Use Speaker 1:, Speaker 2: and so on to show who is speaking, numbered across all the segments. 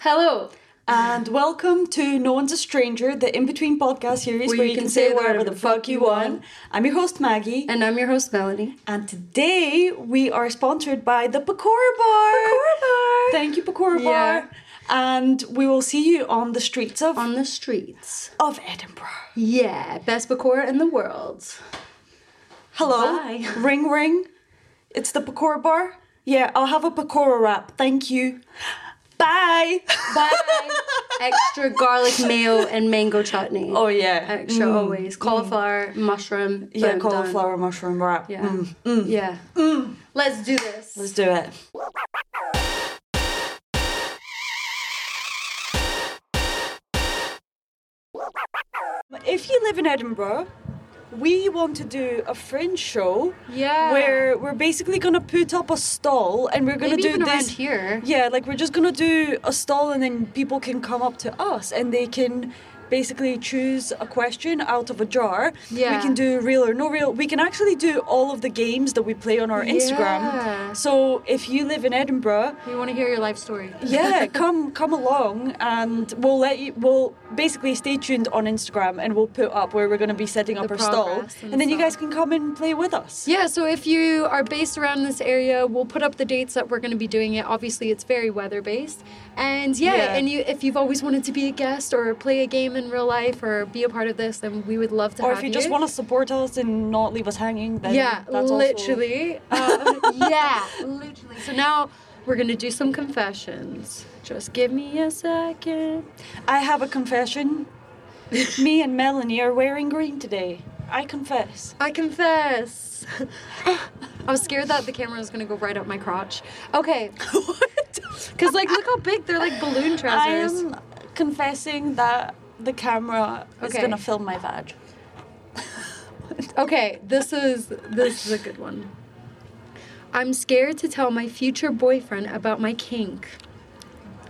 Speaker 1: Hello.
Speaker 2: And welcome to No One's a Stranger, the in between podcast series where, you can, say whatever the fuck you want. I'm your host, Maggie,
Speaker 1: And I'm your host, Melanie.
Speaker 2: and today we are sponsored by the Pakora Bar.
Speaker 1: Pakora Bar.
Speaker 2: Thank you, Pakora
Speaker 1: Yeah.
Speaker 2: Bar. And we will see you on the streets of,
Speaker 1: On the streets.
Speaker 2: of Edinburgh.
Speaker 1: Yeah, best pakora in the world.
Speaker 2: Hello.
Speaker 1: Bye.
Speaker 2: Ring, ring. It's the Pakora Bar. Yeah, I'll have a Pakora wrap. Thank you. Bye.
Speaker 1: Bye. Extra garlic mayo and mango chutney.
Speaker 2: Oh, yeah.
Speaker 1: Extra always. Cauliflower, mushroom.
Speaker 2: yeah,
Speaker 1: boom, done.
Speaker 2: cauliflower mushroom wrap.
Speaker 1: Yeah.
Speaker 2: Mm.
Speaker 1: Yeah. Let's do this.
Speaker 2: Let's do it. If you live in Edinburgh, we want to do a fringe show
Speaker 1: Yeah.
Speaker 2: where we're basically gonna put up a stall and we're gonna
Speaker 1: Maybe
Speaker 2: do
Speaker 1: even around
Speaker 2: this.
Speaker 1: here.
Speaker 2: Yeah, like we're just gonna do a stall and then people can come up to us and they can basically choose a question out of a jar.
Speaker 1: Yeah.
Speaker 2: We can do real or no real. We can actually do all of the games that we play on our Instagram.
Speaker 1: Yeah.
Speaker 2: So if you live in Edinburgh,
Speaker 1: We want to hear your life story.
Speaker 2: yeah, come come along and we'll let you we'll basically stay tuned on Instagram and we'll put up where we're gonna be setting up
Speaker 1: The
Speaker 2: our stall.
Speaker 1: progress and
Speaker 2: And then you
Speaker 1: stuff.
Speaker 2: guys can come and play with us.
Speaker 1: Yeah, so if you are based around this area, we'll put up the dates that we're going to be doing it. Obviously, it's very weather based. And yeah,
Speaker 2: Yeah.
Speaker 1: and you if you've always wanted to be a guest or play a game in real life or be a part of this, then we would love to
Speaker 2: Or
Speaker 1: have
Speaker 2: if you just want to support us and not leave us hanging, then
Speaker 1: Yeah,
Speaker 2: that's also-
Speaker 1: literally. Uh, yeah, literally. So now we're going to do some confessions. Just give me a second.
Speaker 2: I have a confession. Me and Melanie are wearing green today. I confess.
Speaker 1: I confess. I was scared that the camera was gonna go right up my crotch. Okay.
Speaker 2: what?
Speaker 1: Cause like look how big they're like balloon
Speaker 2: I
Speaker 1: trousers.
Speaker 2: am confessing that the camera is
Speaker 1: Okay.
Speaker 2: gonna film my vag.
Speaker 1: Okay, this is this is a good one. I'm scared to tell my future boyfriend about my kink.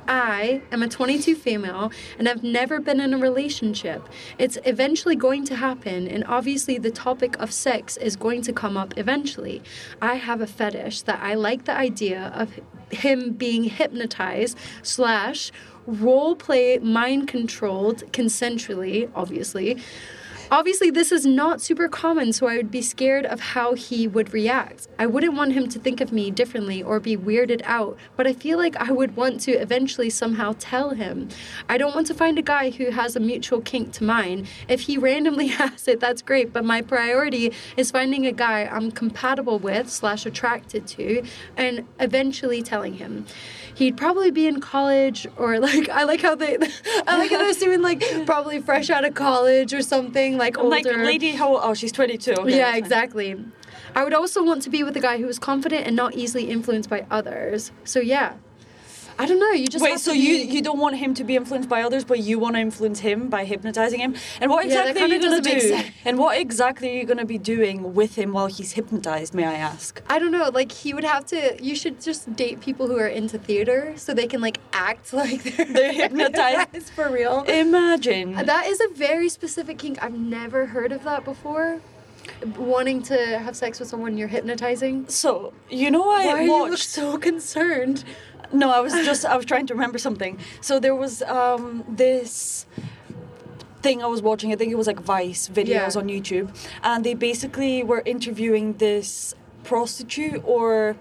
Speaker 1: I am a 22 female and I've never been in a relationship. It's eventually going to happen, and obviously, the topic of sex is going to come up eventually. I have a fetish that I like the idea of him being hypnotized, slash, role play, mind controlled, consensually, obviously. Obviously, this is not super common, so I would be scared of how he would react. I wouldn't want him to think of me differently or be weirded out, but I feel like I would want to eventually somehow tell him. I don't want to find a guy who has a mutual kink to mine. If he randomly has it, that's great, but my priority is finding a guy I'm compatible with slash attracted to and eventually telling him. He'd probably be in college or like I like how they I like how they're assuming like probably fresh out of college or something, like
Speaker 2: I'm
Speaker 1: older.
Speaker 2: Like, lady, how? Oh, she's 22. Okay,
Speaker 1: yeah,
Speaker 2: that's fine.
Speaker 1: exactly. I would also want to be with a guy who is confident and not easily influenced by others. So yeah, I don't know. You just
Speaker 2: Wait,
Speaker 1: have
Speaker 2: so
Speaker 1: to
Speaker 2: you
Speaker 1: be-
Speaker 2: you don't want him to be influenced by others, but you want to influence him by hypnotizing him? And what
Speaker 1: Yeah, that
Speaker 2: exactly are you
Speaker 1: kinda
Speaker 2: gonna
Speaker 1: doesn't
Speaker 2: do?
Speaker 1: make sense.
Speaker 2: And what exactly are you gonna be doing with him while he's hypnotized? May I ask?
Speaker 1: I don't know. Like he would have to. You should just date people who are into theater so they can like act like they're,
Speaker 2: They're hypnotized.
Speaker 1: hypnotized for real.
Speaker 2: Imagine.
Speaker 1: That is a very specific kink. I've never heard of that before. Wanting to have sex with someone you're hypnotizing.
Speaker 2: So you know I
Speaker 1: Why you look
Speaker 2: watched.
Speaker 1: so concerned?
Speaker 2: No, I was just I was trying to remember something. So there was um, this thing I was watching. I think it was like Vice videos
Speaker 1: Yeah.
Speaker 2: on YouTube, and they basically were interviewing this prostitute or.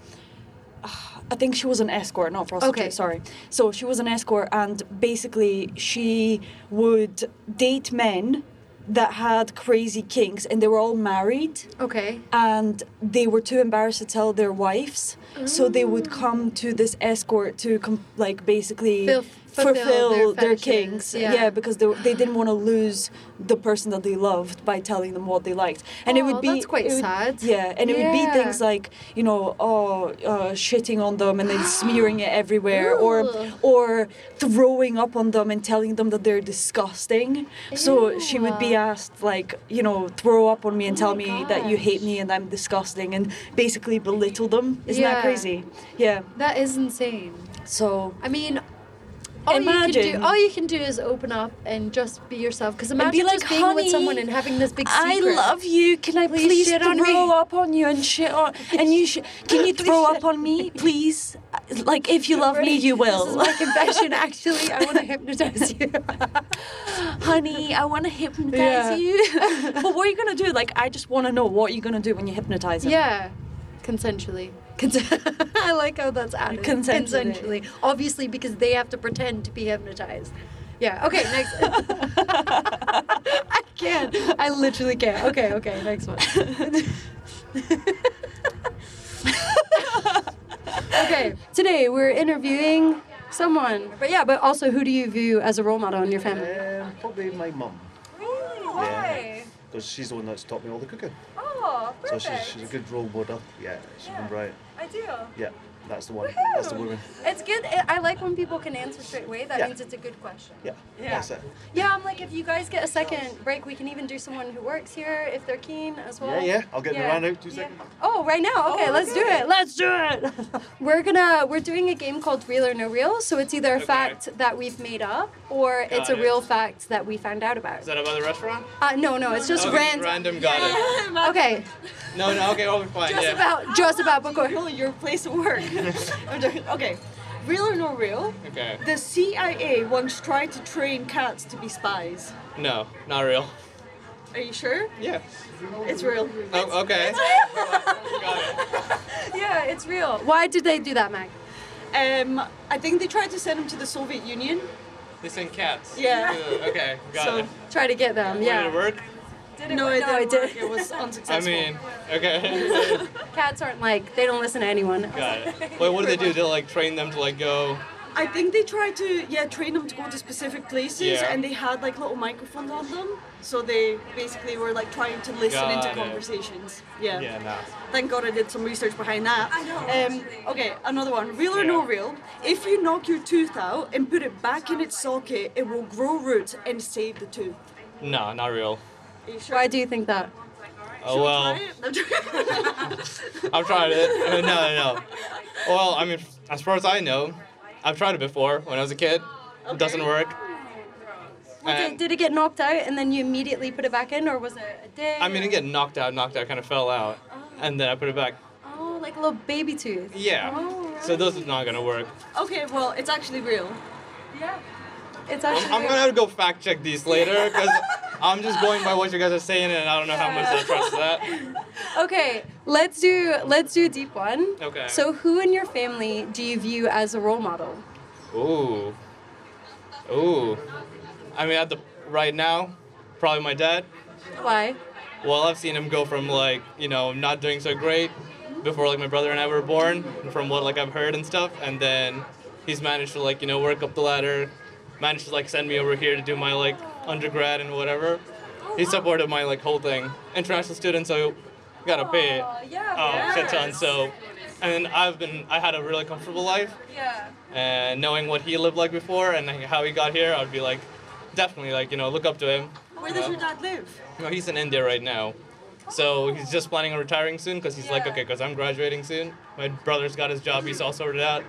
Speaker 2: uh, I think she was an escort, not prostitute.
Speaker 1: Okay.
Speaker 2: Sorry. So she was an escort, and basically she would date men that had crazy kinks, and they were all married
Speaker 1: Okay.
Speaker 2: and they were too embarrassed to tell their wives so they would
Speaker 1: Mm.
Speaker 2: come to this escort to com- like basically
Speaker 1: Fil- fulfill their
Speaker 2: their,
Speaker 1: fetishes,
Speaker 2: kinks
Speaker 1: yeah.
Speaker 2: because they, were- they didn't want to lose the person that they loved by telling them what they liked and it
Speaker 1: Aw,
Speaker 2: would be
Speaker 1: Oh, that's quite
Speaker 2: it would-
Speaker 1: sad.
Speaker 2: yeah and it would be
Speaker 1: Yeah.
Speaker 2: things like you know oh uh, shitting on them and then smearing it everywhere
Speaker 1: Ew.
Speaker 2: or or throwing up on them and telling them that they're disgusting so she would be
Speaker 1: Ew.
Speaker 2: asked like you know throw up on me and
Speaker 1: Oh
Speaker 2: tell
Speaker 1: my
Speaker 2: me that you hate
Speaker 1: gosh.
Speaker 2: me and I'm disgusting and basically belittle them. Isn't
Speaker 1: Yeah.
Speaker 2: that crazy? Yeah.
Speaker 1: That is insane.
Speaker 2: So
Speaker 1: I mean, all you can
Speaker 2: Imagine.
Speaker 1: do, all you can do is open up and just be yourself. Because imagine
Speaker 2: be like,
Speaker 1: just being with someone
Speaker 2: "Honey,
Speaker 1: and having this big secret.
Speaker 2: I love you. Can I
Speaker 1: Please
Speaker 2: please,
Speaker 1: shit
Speaker 2: throw
Speaker 1: on me."
Speaker 2: up on you and shit on? And you sh- can you
Speaker 1: Please
Speaker 2: throw
Speaker 1: shit
Speaker 2: up on me, please? Like if you love me,
Speaker 1: Right?
Speaker 2: you
Speaker 1: This
Speaker 2: will.
Speaker 1: is my confession. Actually, I want to hypnotize you.
Speaker 2: Honey, I want to hypnotize
Speaker 1: Yeah.
Speaker 2: you. but what are you gonna do? Like I just want to know what you're gonna do when you hypnotize him.
Speaker 1: yeah, consensually. Cons- I like how that's added.
Speaker 2: Consensually.
Speaker 1: Consensually. Obviously, because they have to pretend to be hypnotized. Yeah. Okay. Next. I can't. I literally can't. Okay. Okay. Next one. okay. Today we're interviewing someone. But yeah. But also, who do you view as a role model in your family?
Speaker 3: Um, probably my mum, why? because she's the one that's taught me all the cooking.
Speaker 4: Oh,
Speaker 3: So she's, she's a good role model. Yeah, she's been
Speaker 4: Yeah.
Speaker 3: right.
Speaker 4: I do.
Speaker 3: Yeah, that's the one. That's the woman.
Speaker 1: It's good. eh, I- I like when people can answer straight away. That
Speaker 3: Yeah.
Speaker 1: means it's a good question.
Speaker 3: Yeah,
Speaker 4: Yeah.
Speaker 3: that's it.
Speaker 1: Yeah, I'm like, if you guys get a second break, we can even do someone who works here if they're keen as well.
Speaker 3: Yeah, yeah. I'll get
Speaker 1: Yeah.
Speaker 3: Miran out. Two
Speaker 1: Yeah.
Speaker 3: seconds.
Speaker 1: Oh, right now. Okay,
Speaker 4: Oh,
Speaker 1: let's do
Speaker 4: okay.
Speaker 1: it. Let's do it. we're gonna we're doing a game called Real or No Real. So it's either a
Speaker 5: Okay.
Speaker 1: fact that we've made up or it's a
Speaker 5: Got it.
Speaker 1: real fact that we found out about.
Speaker 5: Is that about the restaurant?
Speaker 1: Uh, no, no, it's just
Speaker 5: Okay,
Speaker 1: random.
Speaker 5: Random, got it.
Speaker 1: Okay,
Speaker 5: No, no, okay, I'll be fine.
Speaker 1: just
Speaker 5: yeah.
Speaker 1: about just about Bacor.
Speaker 2: Really, your place of work. I'm joking. okay, real or no real?
Speaker 5: okay.
Speaker 2: The CIA once tried to train cats to be spies.
Speaker 5: No, not real.
Speaker 2: Are you sure?
Speaker 5: Yeah.
Speaker 2: It's real.
Speaker 5: Oh, okay. got it.
Speaker 1: Yeah, it's real. Why did they do that, Mag?
Speaker 2: Um, I think they tried to send him to the Soviet Union.
Speaker 5: They send cats.
Speaker 2: Yeah.
Speaker 5: Ooh, Okay, got
Speaker 2: So,
Speaker 5: it.
Speaker 1: Try to get them.
Speaker 5: Did it
Speaker 1: Yeah,
Speaker 5: work?
Speaker 2: no, it
Speaker 1: no,
Speaker 2: didn't
Speaker 1: it
Speaker 2: work.
Speaker 1: didn't.
Speaker 2: It was
Speaker 5: I
Speaker 2: unsuccessful.
Speaker 5: mean, okay.
Speaker 1: cats aren't like they don't listen to anyone.
Speaker 5: got it. Wait, what do they do? They like train them to like go.
Speaker 2: I think they tried to yeah train them to go to specific places,
Speaker 5: Yeah.
Speaker 2: and they had like little microphones on them, so they basically were like trying to listen into
Speaker 5: Got it.
Speaker 2: conversations. Yeah.
Speaker 5: Yeah, no.
Speaker 2: Thank God I did some research behind that. I know. Um, okay, another one. Real or no
Speaker 5: Yeah.
Speaker 2: real? If you knock your tooth out and put it back in its socket, it will grow roots and save the tooth.
Speaker 5: No, not real.
Speaker 2: Are you sure?
Speaker 1: Why do you think that?
Speaker 5: Oh well, I've tried it. I mean, no, no, no. Well, I mean, as far as I know, I've tried it before when I was a kid. It doesn't
Speaker 2: Okay.
Speaker 5: work.
Speaker 1: Well,
Speaker 5: And-
Speaker 1: did, did it get knocked out and then you immediately put it back in, or was it a day?
Speaker 5: I mean, it get knocked out, knocked out, kind of fell out, and then I put it back.
Speaker 1: Oh, like a little baby tooth.
Speaker 5: Yeah.
Speaker 1: Oh,
Speaker 5: So those are not gonna work.
Speaker 2: okay, well, it's actually real.
Speaker 1: It's
Speaker 5: I'm,
Speaker 1: actually.
Speaker 5: I'm gonna have to go fact check these later because I'm just going by what you guys are saying, and I don't know how much I trust that.
Speaker 1: Okay, let's do let's do a deep one.
Speaker 5: Okay.
Speaker 1: So, who in your family do you view as a role model?
Speaker 5: Ooh. Ooh. I mean, at the right now, probably my dad.
Speaker 1: Why?
Speaker 5: Well, I've seen him go from like you know not doing so great before like my brother and I were born, from what like I've heard and stuff, and then he's managed to like you know work up the ladder, managed to like send me over here to do my like undergrad and whatever. He supported my like whole thing, international student, so gotta pay it.
Speaker 1: yeah.
Speaker 5: Oh, shit ton. So, and I've been, I had a really comfortable life,
Speaker 1: Yeah.
Speaker 5: and knowing what he lived like before and how he got here, I'd be like, definitely like you know look up to him.
Speaker 2: Where does your dad live?
Speaker 5: No, he's in India right now. So he's just planning on retiring soon because he's like,
Speaker 1: Yeah.
Speaker 5: okay, because I'm graduating soon. My brother's got his job, he's all sorted out.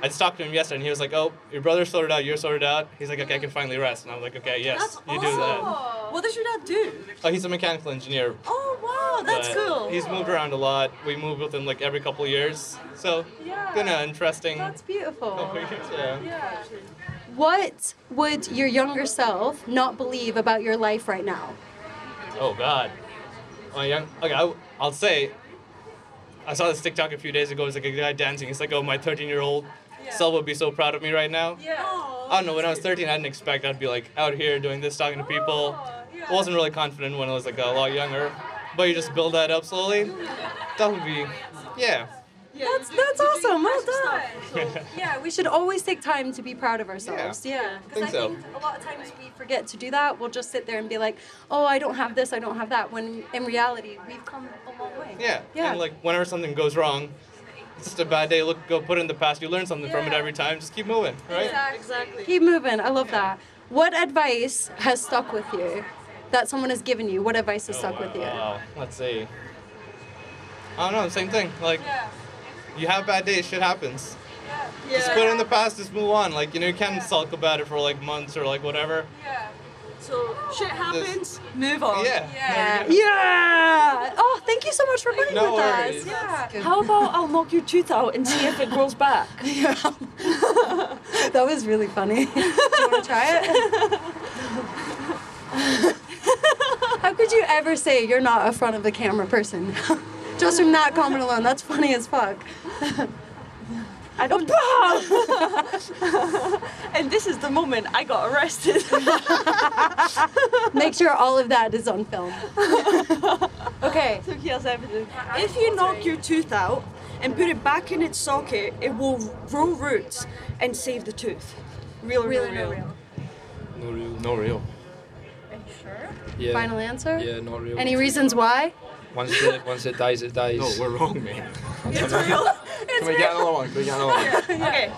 Speaker 5: I just talked to him yesterday and he was like, oh, your brother's sorted out, you're sorted out. He's like, okay, I can finally rest. And I'm like, okay, yes,
Speaker 2: That's
Speaker 5: you do that.
Speaker 2: awesome. Oh. What does your dad do?
Speaker 5: Oh, he's a mechanical engineer.
Speaker 2: Oh wow, that's
Speaker 5: but
Speaker 2: cool.
Speaker 5: He's moved around a lot. We move with him like every couple of years. So,
Speaker 1: Yeah.
Speaker 5: been an interesting
Speaker 1: That's beautiful.
Speaker 5: couple of years. Yeah.
Speaker 1: Yeah. What would your younger self not believe about your life right now?
Speaker 5: Oh God. Oh young. Okay, I, will say. I saw this TikTok a few days ago. It's like a guy dancing. It's like, oh, my 13-year-old self would be so proud of me right now.
Speaker 2: Oh,
Speaker 4: Yeah.
Speaker 5: I don't know. When I was 13, I didn't expect I'd be like out here doing this, talking to people.
Speaker 4: yeah.
Speaker 5: I wasn't really confident when I was like a lot younger. But you just build that up slowly. That would be, yeah.
Speaker 2: Yeah,
Speaker 1: That's
Speaker 2: you do-
Speaker 1: that's
Speaker 2: you do
Speaker 1: awesome. Well
Speaker 2: impressive
Speaker 1: done.
Speaker 2: stuff.
Speaker 1: Yeah, we should always take time to be proud of ourselves. Yeah. Because
Speaker 5: Think
Speaker 1: I
Speaker 5: so.
Speaker 1: think a lot of times we forget to do that. We'll just sit there and be like, oh, I don't have this, I don't have that. When in reality, we've come a long way.
Speaker 5: Yeah.
Speaker 1: Yeah.
Speaker 5: And like whenever something goes wrong, it's just a bad day. Look, go put it in the past. You learn something from it
Speaker 1: Yeah.
Speaker 5: every time. Just keep moving, right?
Speaker 2: Exactly.
Speaker 1: Keep moving. I love that. What advice has stuck with you that someone has given you? What advice has
Speaker 5: Oh,
Speaker 1: stuck
Speaker 5: wow.
Speaker 1: with you?
Speaker 5: Wow. Let's see. I don't know. Same thing. Like, you have bad days. Shit happens.
Speaker 6: Just put it in the past. Just move on. Like you know, you can't sulk about it for like months or like whatever.
Speaker 7: Yeah.
Speaker 8: So shit happens. Move on.
Speaker 6: Yeah.
Speaker 7: Yeah.
Speaker 8: Oh, Yeah. Oh, thank you so much for putting
Speaker 6: No
Speaker 8: with
Speaker 6: worries.
Speaker 8: us. How about I'll knock your tooth out and see if it grows back?
Speaker 1: That was really funny. Do you want to try it? How could you ever say you're not a front of the camera person? Just from that comment alone, that's funny as fuck.
Speaker 8: I don't. and this is the moment I got arrested.
Speaker 1: Make sure all of that is on film. okay.
Speaker 8: Took years everything. If you knock your tooth out and put it back in its socket, it will grow roots and save the tooth. Real, real,
Speaker 1: Really
Speaker 8: real.
Speaker 1: no real.
Speaker 6: No real. No real.
Speaker 7: Sure.
Speaker 5: Yeah.
Speaker 1: Final answer?
Speaker 5: Yeah, not real.
Speaker 1: Any reasons why?
Speaker 5: once it once it dies, it dies.
Speaker 9: No, we're wrong, man.
Speaker 8: It's real.
Speaker 5: Can we get another one? Can we get another one?
Speaker 8: Okay.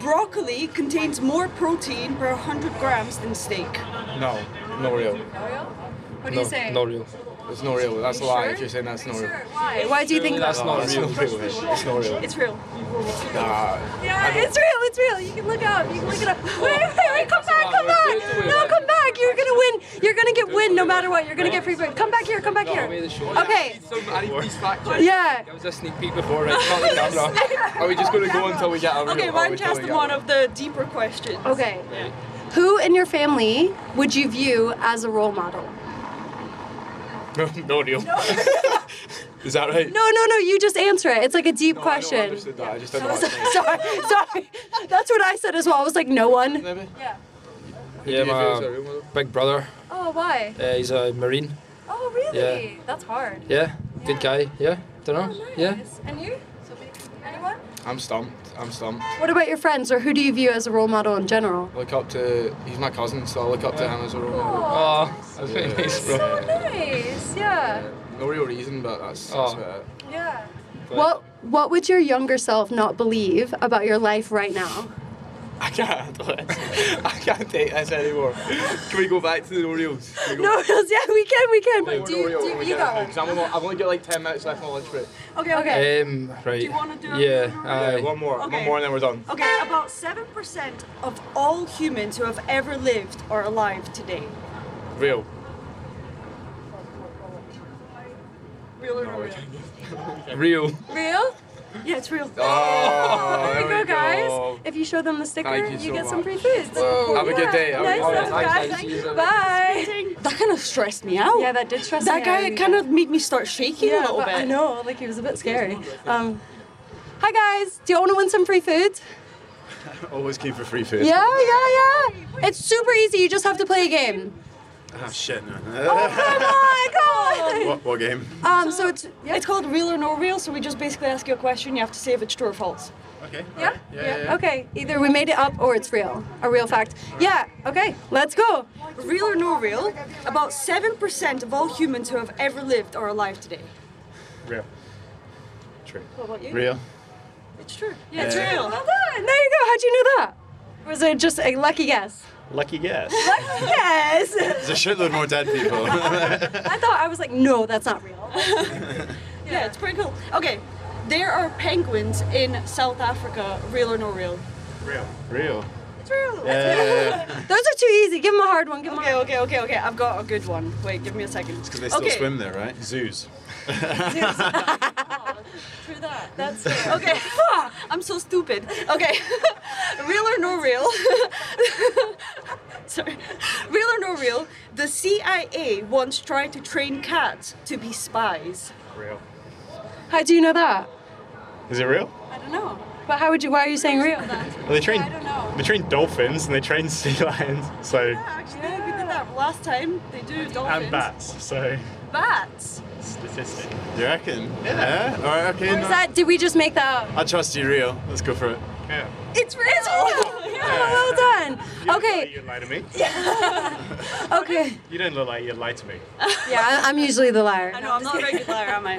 Speaker 8: Broccoli contains more protein per 100 grams than steak.
Speaker 5: No, not real.
Speaker 1: What do
Speaker 5: no,
Speaker 1: you say?
Speaker 5: not real. It's not real. That's a lie. If you're saying that's not real.
Speaker 7: Why?
Speaker 1: Why do you think
Speaker 5: That's not real. It's not real.
Speaker 8: It's real.
Speaker 5: Nah.
Speaker 7: Yeah,
Speaker 1: It's real, it's real. You can look it up. You can look it up. Wait, wait, wait, come back, come back. No, come back. You're gonna win. You're gonna get win no matter what. You're gonna get free food. Come back here, come back here. Okay.
Speaker 5: I need these fact checks.
Speaker 1: Yeah.
Speaker 5: That was a sneak peek before, right? Not the camera. Are we just going to go until we get a real?
Speaker 8: Okay,
Speaker 5: are
Speaker 8: well,
Speaker 5: we
Speaker 8: I'm
Speaker 5: till we
Speaker 8: just
Speaker 5: get a
Speaker 8: one
Speaker 5: real?
Speaker 8: of the deeper questions.
Speaker 1: Okay. Who in your family would you view as a role model?
Speaker 5: no real. Is that right?
Speaker 1: No, no, no. You just answer it. It's like a deep
Speaker 5: No, I, know, I
Speaker 1: question.
Speaker 5: understood that. I just didn't know what to say.
Speaker 1: sorry, sorry. That's what I said as well. I was like, no one.
Speaker 5: Maybe?
Speaker 7: Yeah.
Speaker 5: Yeah,
Speaker 9: Do you feel it's
Speaker 5: my
Speaker 9: a real model?
Speaker 5: big brother.
Speaker 1: Oh, why?
Speaker 5: Uh, he's a marine.
Speaker 1: Oh, really? That's hard. Oh,
Speaker 5: Yeah, Oh, good guy. Yeah, don't know. Yeah.
Speaker 1: And you? Anyone?
Speaker 10: I'm stumped. I'm stumped.
Speaker 1: What about your friends, or who do you view as a role model in general?
Speaker 10: Look up to. He's my cousin, so I look up to him as a role model.
Speaker 5: Oh, that's very nice, bro.
Speaker 1: nice. Yeah.
Speaker 10: No real reason, but that's,
Speaker 5: Oh.
Speaker 10: that's about it.
Speaker 1: Yeah. What What would your younger self not believe about your life right now?
Speaker 5: I can't. I can't take this anymore. Can we go back to the Oreos? Can we go
Speaker 1: No, yeah, we can, we can.
Speaker 5: back to
Speaker 1: Do
Speaker 5: the
Speaker 1: you,
Speaker 5: Oh Oreo
Speaker 1: do
Speaker 5: when
Speaker 1: you,
Speaker 5: we
Speaker 1: you
Speaker 5: get
Speaker 1: got
Speaker 5: it?
Speaker 1: one.
Speaker 5: 'Cause I'm only- I've only got like 10 minutes left on my lunch break.
Speaker 8: Okay, okay.
Speaker 1: Okay.
Speaker 5: Um, right.
Speaker 8: you wanna do a
Speaker 5: Yeah,
Speaker 8: Oreo?
Speaker 5: aye. one more.
Speaker 8: Okay.
Speaker 5: One more and then we're done.
Speaker 8: Okay, about 7% of all humans who have ever lived are alive today.
Speaker 5: Real.
Speaker 8: Real or not real?
Speaker 5: Real.
Speaker 1: Real?
Speaker 8: Yeah, it's real.
Speaker 5: Oh,
Speaker 1: there you go, guys. If you show them the sticker,
Speaker 5: Thank
Speaker 1: you,
Speaker 5: you so
Speaker 1: get some
Speaker 5: much.
Speaker 1: free food.
Speaker 5: Have a good day. Have a
Speaker 1: Nice
Speaker 5: good day.
Speaker 1: stuff,
Speaker 5: Thanks,
Speaker 1: guys.
Speaker 5: guys. See you later.
Speaker 1: Bye.
Speaker 8: That kind of stressed me out.
Speaker 1: Yeah, that did stress
Speaker 8: That
Speaker 1: me out.
Speaker 8: guy kind of made me start shaking
Speaker 1: yeah,
Speaker 8: a little
Speaker 1: but
Speaker 8: bit.
Speaker 1: I know, like he was a bit scary. Um, hi guys, do you all want to win some free food?
Speaker 9: Always keep for free food.
Speaker 1: Yeah, yeah, yeah. It's super easy. You just have to play a game.
Speaker 9: Ah, shit, no.
Speaker 1: Oh my
Speaker 9: what, what game?
Speaker 1: god. Um, so it's yeah,
Speaker 8: It's called real or no real, so we just basically ask you a question. You have to say if it's true or false.
Speaker 9: Okay.
Speaker 1: yeah,
Speaker 9: Yeah, yeah, yeah.
Speaker 1: Okay, either we made it up or it's real, a real fact. Yeah. Okay, let's go.
Speaker 8: Real or no real? About seven percent of all humans who have ever lived are alive today.
Speaker 9: Real. True.
Speaker 8: What about you?
Speaker 9: Real.
Speaker 8: It's true. Yeah, it's
Speaker 9: Yeah.
Speaker 8: real.
Speaker 1: Well done. There you go. How'd you know that? Was it just a lucky guess?
Speaker 9: Lucky guess.
Speaker 1: Yes.
Speaker 9: There's a shitload more dead people.
Speaker 1: I thought I was like, no, that's not real.
Speaker 8: Yeah. it's pretty cool. Okay, there are penguins in South Africa. Real or no real?
Speaker 9: Real. Real.
Speaker 8: It's real.
Speaker 9: Uh, Yeah.
Speaker 1: Those are too easy. Give him a hard one. Give him
Speaker 8: Okay,
Speaker 1: a
Speaker 8: okay, okay, okay. I've got a good one. Wait, give me a second.
Speaker 9: Because they still
Speaker 8: okay.
Speaker 9: swim there, right? Zoos.
Speaker 8: That's okay. I'm so stupid. Okay, real or no real? Sorry, real or no real? The CIA once tried to train cats to be spies.
Speaker 9: Real.
Speaker 1: How do you know that?
Speaker 9: Is it real?
Speaker 7: I don't know.
Speaker 1: But how would you? Why are you saying real?
Speaker 9: Well, they train.
Speaker 7: I don't know.
Speaker 9: They train dolphins and they train sea lions. So.
Speaker 8: Actually, we did that last time. They do dolphins.
Speaker 9: And bats. So.
Speaker 8: Bats.
Speaker 9: Statistic. You reckon? Yeah. All right. Okay.
Speaker 1: Or is that? Did we just make that up?
Speaker 9: I trust you, real. Let's go for it. Yeah.
Speaker 1: It's real. Well done. Okay.
Speaker 9: You lie to me.
Speaker 1: Okay.
Speaker 9: You don't look like you lie to me.
Speaker 1: Yeah, I- I'm usually the
Speaker 8: I
Speaker 1: liar.
Speaker 8: know. I'm not a regular, am I?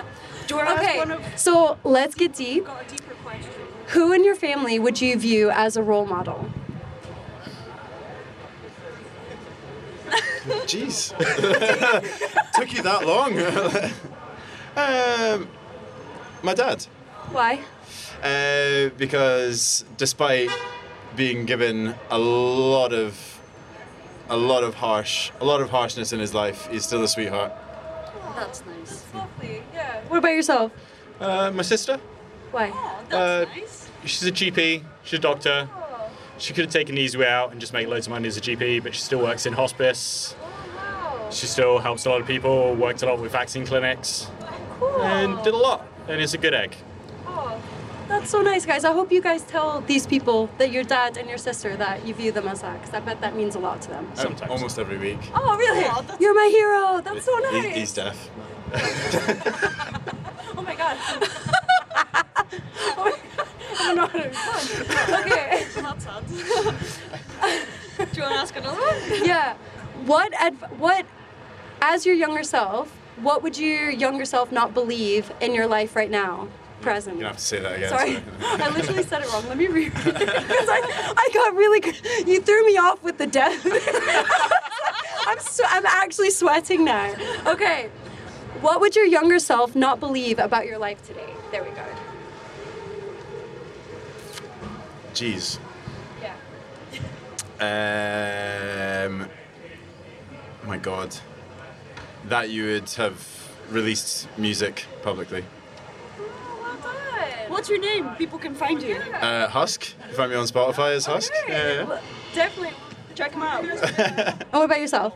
Speaker 8: Do you want to ask
Speaker 1: Okay.
Speaker 8: one of?
Speaker 1: So let's get deep.
Speaker 8: Got a deeper question.
Speaker 1: Who in your family would you view as a role model?
Speaker 9: Jeez. Took you that long. um, my dad.
Speaker 1: Why?
Speaker 9: Uh, because despite being given a lot of a lot of harsh a lot of harshness in his life, he's still a sweetheart.
Speaker 2: That's nice.
Speaker 11: Lovely, yeah.
Speaker 1: What about yourself?
Speaker 9: Uh, my sister,
Speaker 1: Why?
Speaker 11: Oh,
Speaker 9: Uh,
Speaker 2: That's nice.
Speaker 9: she's a GP, she's a doctor.
Speaker 11: oh,
Speaker 9: She could have taken the easy way out and just made loads of money as a GP, but she still works in hospice.
Speaker 11: wow.
Speaker 9: She still helps a lot of people, worked a lot with vaccine clinics,
Speaker 11: Cool.
Speaker 9: and did a lot. And is a good egg.
Speaker 11: Oh,
Speaker 1: That's so nice, guys. I hope you guys tell these people that your dad and your sister that you view them as that, because I bet that means a lot to them.
Speaker 9: Sometimes.
Speaker 12: Almost every week.
Speaker 1: Oh, really? You're my hero. That's so nice.
Speaker 9: He- He's deaf.
Speaker 11: oh my god. oh my god. I don't know how to respond. Okay.
Speaker 2: That's sad. Do you want to ask another one?
Speaker 1: yeah. What adv- what as your younger self, what would your younger self not believe in your life right now? Present.
Speaker 9: You're gonna have to say that again.
Speaker 1: Sorry,
Speaker 9: sorry.
Speaker 1: I literally said it wrong. Let me reread it. 'Cause I, I got really. c- You threw me off with the death. I'm so, I'm actually sweating now. Okay, what would your younger self not believe about your life today? There we go.
Speaker 9: Jeez.
Speaker 11: Yeah.
Speaker 9: Um, my God, that you would have released music publicly.
Speaker 11: Well done.
Speaker 2: What's your name? People can find you.
Speaker 9: Uh, Husk, you find me on Spotify as Husk. Yeah,
Speaker 2: Definitely check them out.
Speaker 1: And what Oh, about yourself?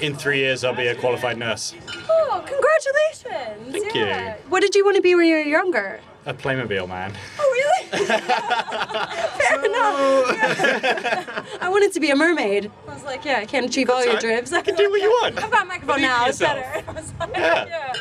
Speaker 3: In three years, I'll be a qualified nurse.
Speaker 11: Cool. Congratulations.
Speaker 3: Oh, Thank
Speaker 11: yeah.
Speaker 3: you.
Speaker 1: What did you want to be when you were younger?
Speaker 3: A Playmobil man.
Speaker 1: Oh really? Fair enough. Yeah. I wanted to be a mermaid. I was like, yeah, I can't achieve all your dreams. I can do
Speaker 3: What you want?
Speaker 11: I've got a microphone
Speaker 3: Believe in
Speaker 1: now. It's
Speaker 3: yourself.
Speaker 1: better.
Speaker 11: I was like,
Speaker 3: Yeah.
Speaker 11: yeah.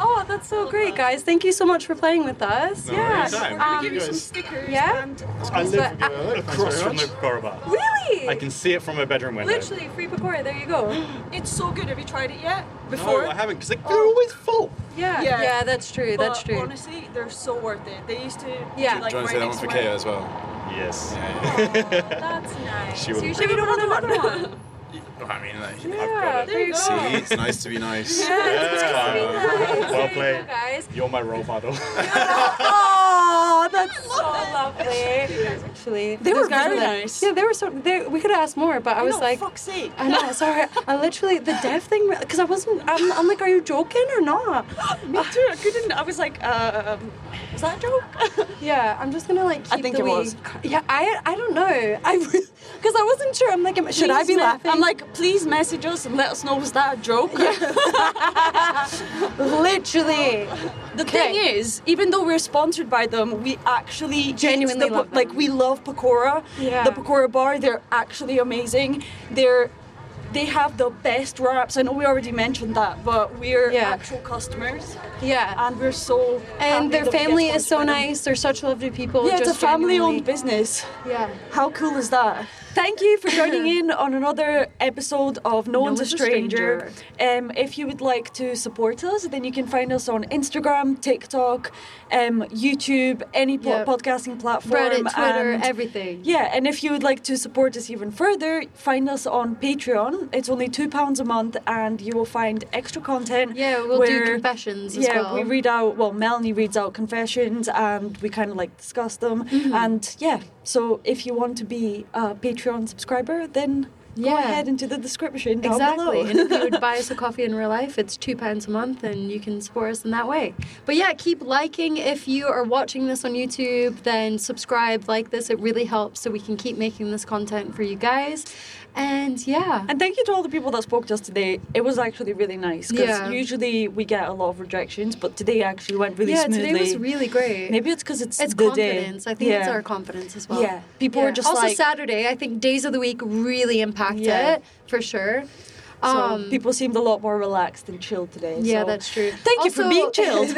Speaker 1: Oh, that's so great, guys. Thank you so much for playing with us. yeah.
Speaker 3: worries. Anytime.
Speaker 2: We're gonna give you
Speaker 1: Um,
Speaker 2: some stickers
Speaker 1: yeah?
Speaker 2: and
Speaker 3: I live
Speaker 1: But, uh,
Speaker 3: across from the Pecora bar.
Speaker 1: really?
Speaker 3: I can see it from my bedroom window.
Speaker 1: Literally, free pakora. There you go.
Speaker 2: it's so good. Have you tried it yet? Before?
Speaker 3: No, I haven't, because
Speaker 1: Oh.
Speaker 3: they're always full.
Speaker 1: Yeah. Yeah,
Speaker 2: Yeah.
Speaker 1: that's true.
Speaker 2: But
Speaker 1: that's true.
Speaker 2: Honestly, they're so worth it. They used to
Speaker 1: Yeah.
Speaker 2: do like
Speaker 9: Do you want to say that one for Kaya as well?
Speaker 3: Yes.
Speaker 11: That's nice.
Speaker 9: She would.
Speaker 1: you sure you don't want another one?
Speaker 9: I mean, like,
Speaker 1: Yeah,
Speaker 9: I've got it.
Speaker 1: there you go.
Speaker 9: See, it's nice to be nice.
Speaker 3: Well
Speaker 1: There you
Speaker 3: played.
Speaker 1: go, guys.
Speaker 3: You're my role model.
Speaker 1: Oh, that's so lovely. Actually, they
Speaker 8: were very nice.
Speaker 1: Yeah, they were so. They, we could have asked more, but I was
Speaker 2: Oh,
Speaker 1: like,
Speaker 2: fuck's sake.
Speaker 1: I know. Sorry, I literally the deaf thing because I wasn't. I'm, I'm like, are you joking or not?
Speaker 2: Me too. I couldn't. I was like, um, was that a joke?
Speaker 1: Yeah, I'm just gonna like. Keep
Speaker 8: I think
Speaker 1: the
Speaker 8: it
Speaker 1: wee-
Speaker 8: was.
Speaker 1: Yeah, I I don't know. I because I wasn't sure. I'm like, am- should I
Speaker 2: Please
Speaker 1: be
Speaker 2: me-
Speaker 1: laughing?
Speaker 2: I'm like, please message us and let us know was that a joke?
Speaker 1: literally.
Speaker 2: The
Speaker 1: Okay.
Speaker 2: thing is, even though we're sponsored by them, we actually eat
Speaker 1: Genuinely
Speaker 2: the,
Speaker 1: love them.
Speaker 2: like we love Pakora.
Speaker 1: Yeah.
Speaker 2: The Pakora bar, they're actually amazing. They're they have the best wraps. I know we already mentioned that, but we're
Speaker 1: Yeah.
Speaker 2: actual customers
Speaker 1: Yeah.
Speaker 2: and we're so happy
Speaker 1: and their
Speaker 2: that we get
Speaker 1: family is
Speaker 2: sponsored
Speaker 1: so
Speaker 2: by them.
Speaker 1: nice. They're such lovely people.
Speaker 2: Yeah, it's a
Speaker 1: just
Speaker 2: family-owned
Speaker 1: genuinely-
Speaker 2: business.
Speaker 1: Yeah.
Speaker 2: How cool is that? Thank you for joining in on another episode of No, One's a
Speaker 1: One's a
Speaker 2: Stranger. Um, if you would like to support us, then you can find us on Instagram, TikTok, um, YouTube, any pl-
Speaker 1: Yep.
Speaker 2: podcasting platform.
Speaker 1: Reddit, Twitter,
Speaker 2: and-
Speaker 1: everything.
Speaker 2: yeah, and if you would like to support us even further, find us on Patreon. It's only two pounds a month, and you will find extra content.
Speaker 1: Yeah, we'll
Speaker 2: where-
Speaker 1: do confessions as
Speaker 2: yeah,
Speaker 1: well.
Speaker 2: we read out. Well, Melanie reads out confessions, and we kind of like discuss them.
Speaker 1: Mm-hmm.
Speaker 2: And yeah, so if you want to be a Patreon subscriber, then go
Speaker 1: Yeah.
Speaker 2: ahead into the description down
Speaker 1: Exactly.
Speaker 2: below.
Speaker 1: and if you would buy us a coffee in real life, it's two pounds a month and you can support us in that way. But yeah, keep liking if you are watching this on YouTube, then subscribe, like this. It really helps so we can keep making this content for you guys. And yeah.
Speaker 2: And thank you to all the people that spoke to us today. It was actually really nice because
Speaker 1: Yeah.
Speaker 2: usually we get a lot of rejections, but today actually went really
Speaker 1: yeah,
Speaker 2: smoothly.
Speaker 1: today was really great.
Speaker 2: Maybe it's because it's
Speaker 1: it's
Speaker 2: the day.
Speaker 1: confidence. I think it's
Speaker 2: Yeah.
Speaker 1: our confidence as well.
Speaker 2: Yeah. People are just
Speaker 1: also
Speaker 2: like-
Speaker 1: Saturday. I think days of the week really impact
Speaker 2: Yeah.
Speaker 1: it for sure.
Speaker 2: So people seemed a lot more relaxed and chilled today.
Speaker 1: um, Yeah,
Speaker 2: so
Speaker 1: that's true.
Speaker 2: Thank you for being chilled.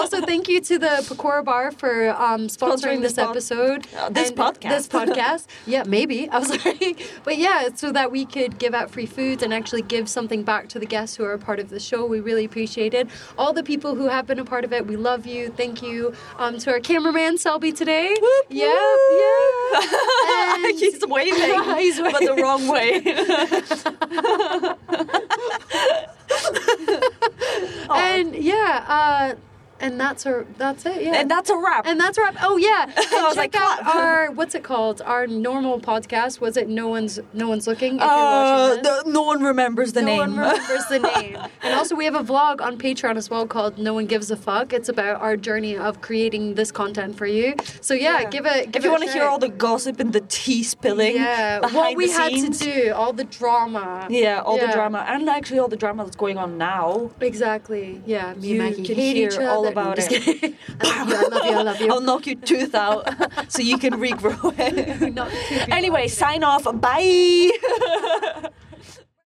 Speaker 1: also, thank you to the Pecora Bar for um, sponsoring,
Speaker 2: Sponsoring
Speaker 1: this
Speaker 2: this pod-
Speaker 1: episode.
Speaker 2: Uh, this
Speaker 1: and
Speaker 2: podcast.
Speaker 1: This podcast. yeah, maybe. I was like, but yeah, so that we could give out free food and actually give something back to the guests who are a part of the show. We really appreciate it. All the people who have been a part of it, we love you. Thank you um, to our cameraman, Selby, today.
Speaker 2: Whoop,
Speaker 1: yep, yep. And-
Speaker 2: He's waving,
Speaker 1: He's
Speaker 2: but the wrong way.
Speaker 1: And yeah, uh, And that's a that's it, yeah.
Speaker 2: And that's a wrap.
Speaker 1: And that's a wrap. Oh yeah. And
Speaker 2: I was like,
Speaker 1: check out
Speaker 2: "Clap."
Speaker 1: our what's it called? Our normal podcast. Was it no one's no one's looking? If
Speaker 2: Uh,
Speaker 1: you're watching this?
Speaker 2: the, no one remembers the
Speaker 1: no
Speaker 2: name.
Speaker 1: one remembers the name. And also we have a vlog on Patreon as well called No One Gives a Fuck. It's about our journey of creating this content for you. So yeah, give it give
Speaker 2: if you
Speaker 1: want
Speaker 2: want to hear all the gossip and the tea spilling,
Speaker 1: yeah,
Speaker 2: behind
Speaker 1: what we
Speaker 2: the
Speaker 1: had
Speaker 2: scenes,
Speaker 1: to do, all the drama.
Speaker 2: Yeah, all
Speaker 1: Yeah.
Speaker 2: the drama, and actually all the drama that's going on now.
Speaker 1: Exactly. Yeah, me
Speaker 2: You
Speaker 1: and Maggie
Speaker 2: can
Speaker 1: hate
Speaker 2: hear
Speaker 1: each other.
Speaker 2: all
Speaker 1: No,
Speaker 2: about
Speaker 1: I'm just
Speaker 2: it.
Speaker 1: kidding. I love you. I love you. I love you.
Speaker 2: I'll knock your tooth out so you can regrow it.
Speaker 1: Not too big.
Speaker 2: anyway, sign off. Bye.